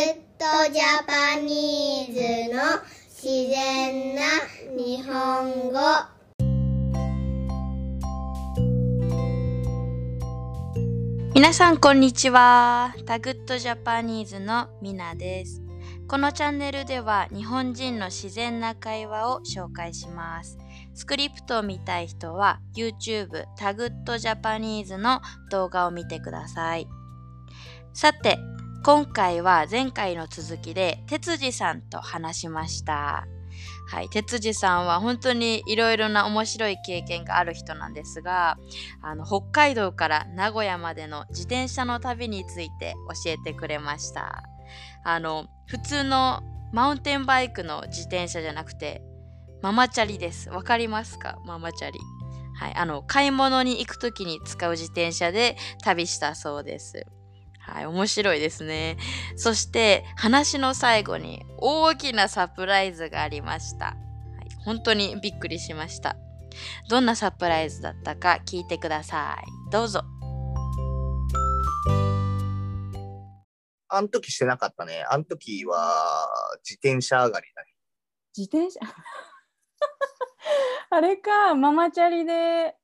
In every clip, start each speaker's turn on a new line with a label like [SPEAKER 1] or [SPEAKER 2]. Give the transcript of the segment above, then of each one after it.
[SPEAKER 1] ジャパニーズの自然な日本語
[SPEAKER 2] 皆さんこんにちはタグッドジャパニーズのみなですこのチャンネルでは日本人の自然な会話を紹介しますスクリプトを見たい人は YouTube タグッドジャパニーズの動画を見てくださいさて今回は前回の続きで哲司さんと話しましたはい、哲司さんは本当にいろいろな面白い経験がある人なんですがあの北海道から名古屋までの自転車の旅について教えてくれましたあの普通のマウンテンバイクの自転車じゃなくてママチャリですわかりますかママチャリはいあの買い物に行く時に使う自転車で旅したそうですはい面白いですねそして話の最後に大きなサプライズがありました、はい、本当にびっくりしましたどんなサプライズだったか聞いてくださいどうぞ
[SPEAKER 3] あの時してなかったね。あの時は自転車上がりだね。
[SPEAKER 4] 自転車 あれかママチャリで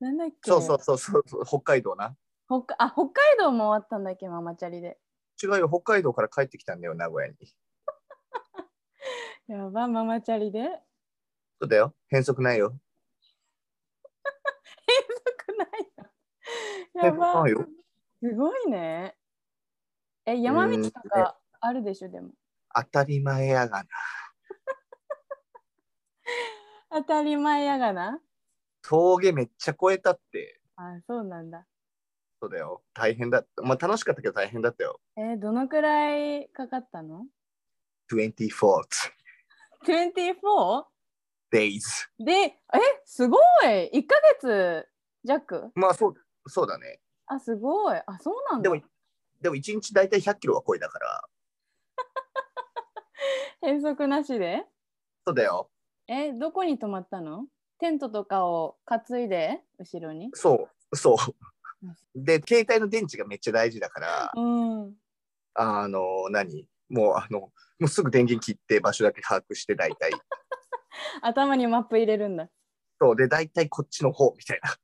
[SPEAKER 4] なんだっけ
[SPEAKER 3] そうそうそうそう、北海道な。
[SPEAKER 4] 北あ北海道も終わったんだっけママチャリで
[SPEAKER 3] 違うよ、北海道から帰ってきたんだよ、名古屋に。
[SPEAKER 4] やばママチャリで
[SPEAKER 3] そうだよ、変則ないよ。変
[SPEAKER 4] 変なくないのやば
[SPEAKER 3] なく
[SPEAKER 4] すごいねえ山道とかあるでしょでも
[SPEAKER 3] 当たり前やがな。
[SPEAKER 4] 当たり前やがな
[SPEAKER 3] 峠めっちゃ越えたって。
[SPEAKER 4] あそうなんだ
[SPEAKER 3] そうだよ、大変だった。まあ楽しかったけど大変だったよ。
[SPEAKER 4] えどのくらいかかったの
[SPEAKER 3] 24
[SPEAKER 4] 24?
[SPEAKER 3] days。
[SPEAKER 4] でえすごい1ヶ月弱
[SPEAKER 3] まあそうそうだね。
[SPEAKER 4] あすごいあそうなん
[SPEAKER 3] で
[SPEAKER 4] だ
[SPEAKER 3] も、でも1日大体100キロは超えたから。
[SPEAKER 4] 変則なしで
[SPEAKER 3] そうだよ、
[SPEAKER 4] えどこに泊まったのテントとかを担いで後ろに
[SPEAKER 3] そう、そう。で、携帯の電池がめっちゃ大事だから。
[SPEAKER 4] うん
[SPEAKER 3] あの、何もう、あの、もうすぐ電源切って場所だけ把握して、大体。
[SPEAKER 4] 頭にマップ入れるんだ
[SPEAKER 3] そう、で、大体こっちの方みたいな。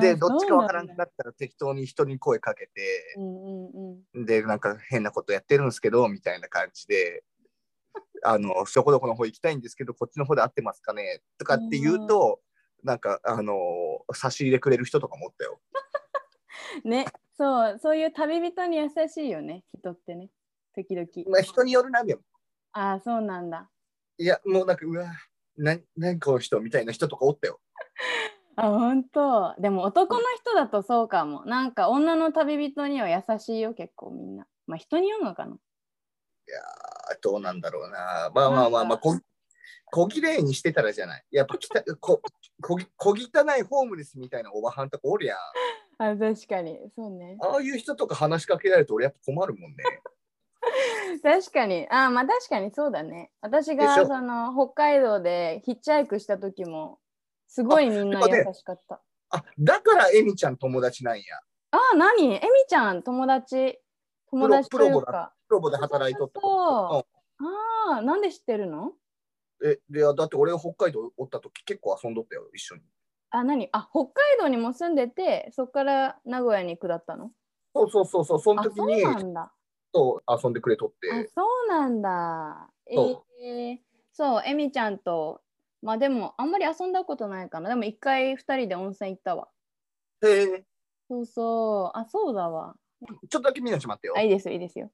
[SPEAKER 3] で、どっちかわからんくな
[SPEAKER 4] だ
[SPEAKER 3] ったら適当に人に声かけて
[SPEAKER 4] う、んうんうん
[SPEAKER 3] で、なんか変なことやってるんですけど、みたいな感じで、あの、そこどこの方行きたいんですけど、こっちの方で合ってますかねとかって言うと、なんか、あの、差し入れくれる人とかもおったよ。
[SPEAKER 4] ねそうそういう旅人に優しいよね人ってね時々
[SPEAKER 3] まあ、人によるな、でも。
[SPEAKER 4] ああそうなんだ
[SPEAKER 3] いや、もうなんか、うわ、な、何この人みたいな人とかおったよ。
[SPEAKER 4] あ本当でも男の人だとそうかもなんか女の旅人には優しいよ結構みんなまあ人によるのかな
[SPEAKER 3] あどうなんだろうな。まあまあまあまあ、
[SPEAKER 4] なんか
[SPEAKER 3] こ小綺麗にしてたらじゃない。やっぱきたここぎ小汚いホームレスみたいなおばはんとかおるやん。
[SPEAKER 4] あ確かにそうね
[SPEAKER 3] ああいう人とか話しかけられると俺やっぱ困るもんね。
[SPEAKER 4] 確かにあまあ確かにそうだね私
[SPEAKER 3] で
[SPEAKER 4] が
[SPEAKER 3] しょ
[SPEAKER 4] その北海道でヒッチハイクした時もすごいみんな優しかった
[SPEAKER 3] あだからエミちゃん友達なんや。
[SPEAKER 4] ああ何エミちゃん友達友達という
[SPEAKER 3] プロプロボ
[SPEAKER 4] か
[SPEAKER 3] ロボで働いとった
[SPEAKER 4] そうああなんで知ってるの
[SPEAKER 3] えでだって俺が北海道おった時結構遊んどったよ、一緒に。
[SPEAKER 4] あ何あ北海道にも住んでてそこから名古屋に下ったの
[SPEAKER 3] そうそうそうそう、その
[SPEAKER 4] あ
[SPEAKER 3] 時
[SPEAKER 4] そう
[SPEAKER 3] に
[SPEAKER 4] なんだ
[SPEAKER 3] そう遊んでくれとっ
[SPEAKER 4] あ
[SPEAKER 3] て。
[SPEAKER 4] そうなんだ。え
[SPEAKER 3] そう
[SPEAKER 4] ーそう、えみちゃんと、まあでも、あんまり遊んだことないかな。でも、一回二人で温泉行ったわ。
[SPEAKER 3] へえ
[SPEAKER 4] そうそう、あ、そうだわ。
[SPEAKER 3] ちょっとだけみんなちょっと待ってよ
[SPEAKER 4] あ、。いいですよ、いいですよ。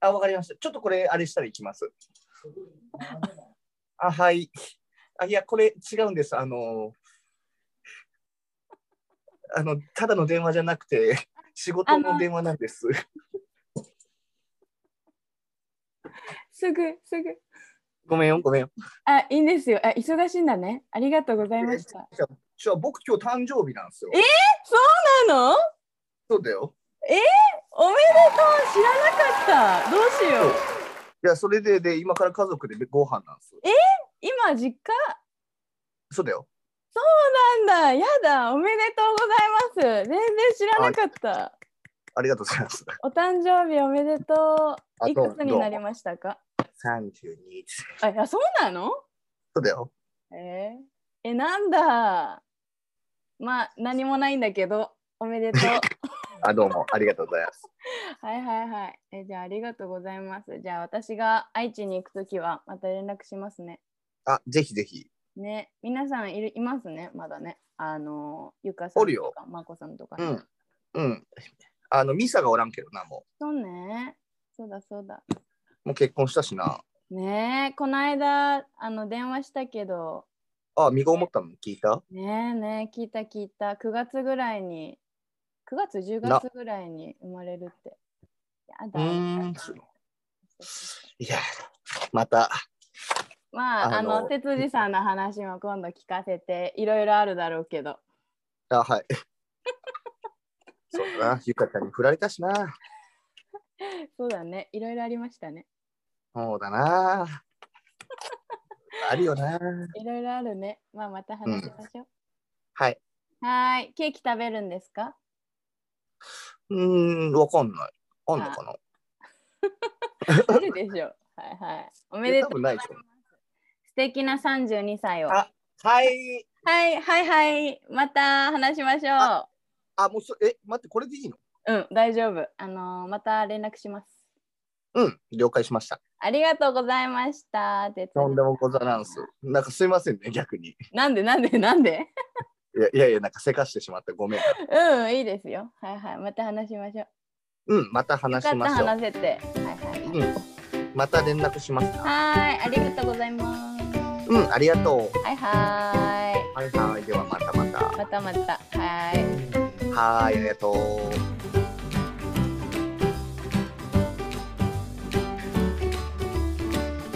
[SPEAKER 3] あ、わかりました。ちょっとこれ、あれしたらいきます。あ、はい。あ、いや、これ違うんです。あの、あの、ただの電話じゃなくて、仕事の電話なんです。
[SPEAKER 4] すぐ、すぐ。
[SPEAKER 3] ごめんよ、ごめんよ。
[SPEAKER 4] あ、いいんですよ。あ、忙しいんだね。ありがとうございました。
[SPEAKER 3] じゃあ、僕今日誕生日なんですよ。
[SPEAKER 4] えなの
[SPEAKER 3] そうだよ。
[SPEAKER 4] おめでとう知らなかったどうしよう
[SPEAKER 3] いや、それで、で、今から家族でご飯なんですよ。
[SPEAKER 4] 今、実家
[SPEAKER 3] そうだよ。
[SPEAKER 4] なんだやだおめでとうございます全然知らなかった。
[SPEAKER 3] あありがとうございます。
[SPEAKER 4] お誕生日おめでと
[SPEAKER 3] あ
[SPEAKER 4] う。い
[SPEAKER 3] どう
[SPEAKER 4] くつになりましたか
[SPEAKER 3] 32です。
[SPEAKER 4] あ、いや、そうなの
[SPEAKER 3] そうだよ。
[SPEAKER 4] えーえ、なんだ。まあ、何もないんだけど、おめでとう。
[SPEAKER 3] あ、どうもありがとうございます。
[SPEAKER 4] はいはいはい。え、じゃあ、ありがとうございます。じゃあ、私が愛知に行くときは、また連絡しますね。
[SPEAKER 3] あ、ぜひぜひ。
[SPEAKER 4] ね、皆さんいるいますね、まだね。あの、ゆかさ
[SPEAKER 3] お
[SPEAKER 4] ん
[SPEAKER 3] る
[SPEAKER 4] と
[SPEAKER 3] よ
[SPEAKER 4] か、まこさんとか、
[SPEAKER 3] う
[SPEAKER 4] ね
[SPEAKER 3] ん。うん。あの、ミサがおらんけどな、も
[SPEAKER 4] そうね。そうだそうだ。
[SPEAKER 3] う。もう結婚したしな。
[SPEAKER 4] ねえ、この間、あの、電話したけど、
[SPEAKER 3] あ、身ごもったの聞いた
[SPEAKER 4] ねえねえ、聞いた聞いた。9月ぐらいに、9月、10
[SPEAKER 3] な
[SPEAKER 4] 月ぐらいに生まれるって。や
[SPEAKER 3] う
[SPEAKER 4] だ。
[SPEAKER 3] ーん。
[SPEAKER 4] そうそう
[SPEAKER 3] いや、また、
[SPEAKER 4] まあ、あ
[SPEAKER 3] あの
[SPEAKER 4] の、哲司さんの話も今度聞かせて、いろいろあるだろうけど。
[SPEAKER 3] あ、はい。 そうだな、ゆかちゃんに振られたしな。
[SPEAKER 4] そうだね、いろいろありましたね。
[SPEAKER 3] そうだな。あるよな。
[SPEAKER 4] いろいろあるね。まあ、また話しましょう。
[SPEAKER 3] はい。
[SPEAKER 4] はーい、ケーキ食べるんです か
[SPEAKER 3] うーん、わかんない。あんのかな
[SPEAKER 4] あるでしょう。はいはい。おめで
[SPEAKER 3] え多
[SPEAKER 4] とう。
[SPEAKER 3] 分ないでしょ。
[SPEAKER 4] 素敵な32歳を。は
[SPEAKER 3] あはい。
[SPEAKER 4] いはいはい。また話しましょ
[SPEAKER 3] あ、もうそ、え、待って、これでいいの
[SPEAKER 4] う。うん、大丈夫。あのーまた連絡します。
[SPEAKER 3] うん、了解しました。
[SPEAKER 4] ありがとうございました。てつ
[SPEAKER 3] とんでもござらんす。なんかすいませんね、逆に。い
[SPEAKER 4] なんでなんでなんで
[SPEAKER 3] やいやいや、なんかせかしてしまってごめん。
[SPEAKER 4] うん、いいですよ。はいはい。また話しましょう。
[SPEAKER 3] うん、また
[SPEAKER 4] よ
[SPEAKER 3] 話
[SPEAKER 4] か
[SPEAKER 3] し
[SPEAKER 4] っ
[SPEAKER 3] ま
[SPEAKER 4] た
[SPEAKER 3] しょう。
[SPEAKER 4] 話せて。はいはい。
[SPEAKER 3] また連絡します。
[SPEAKER 4] はーい、ありがとうございます。
[SPEAKER 3] うん、ありがと
[SPEAKER 4] はいは
[SPEAKER 3] う。はいはい、ではまたまた。
[SPEAKER 4] ーい。またまた。はーい。
[SPEAKER 3] はーい、ありがとう。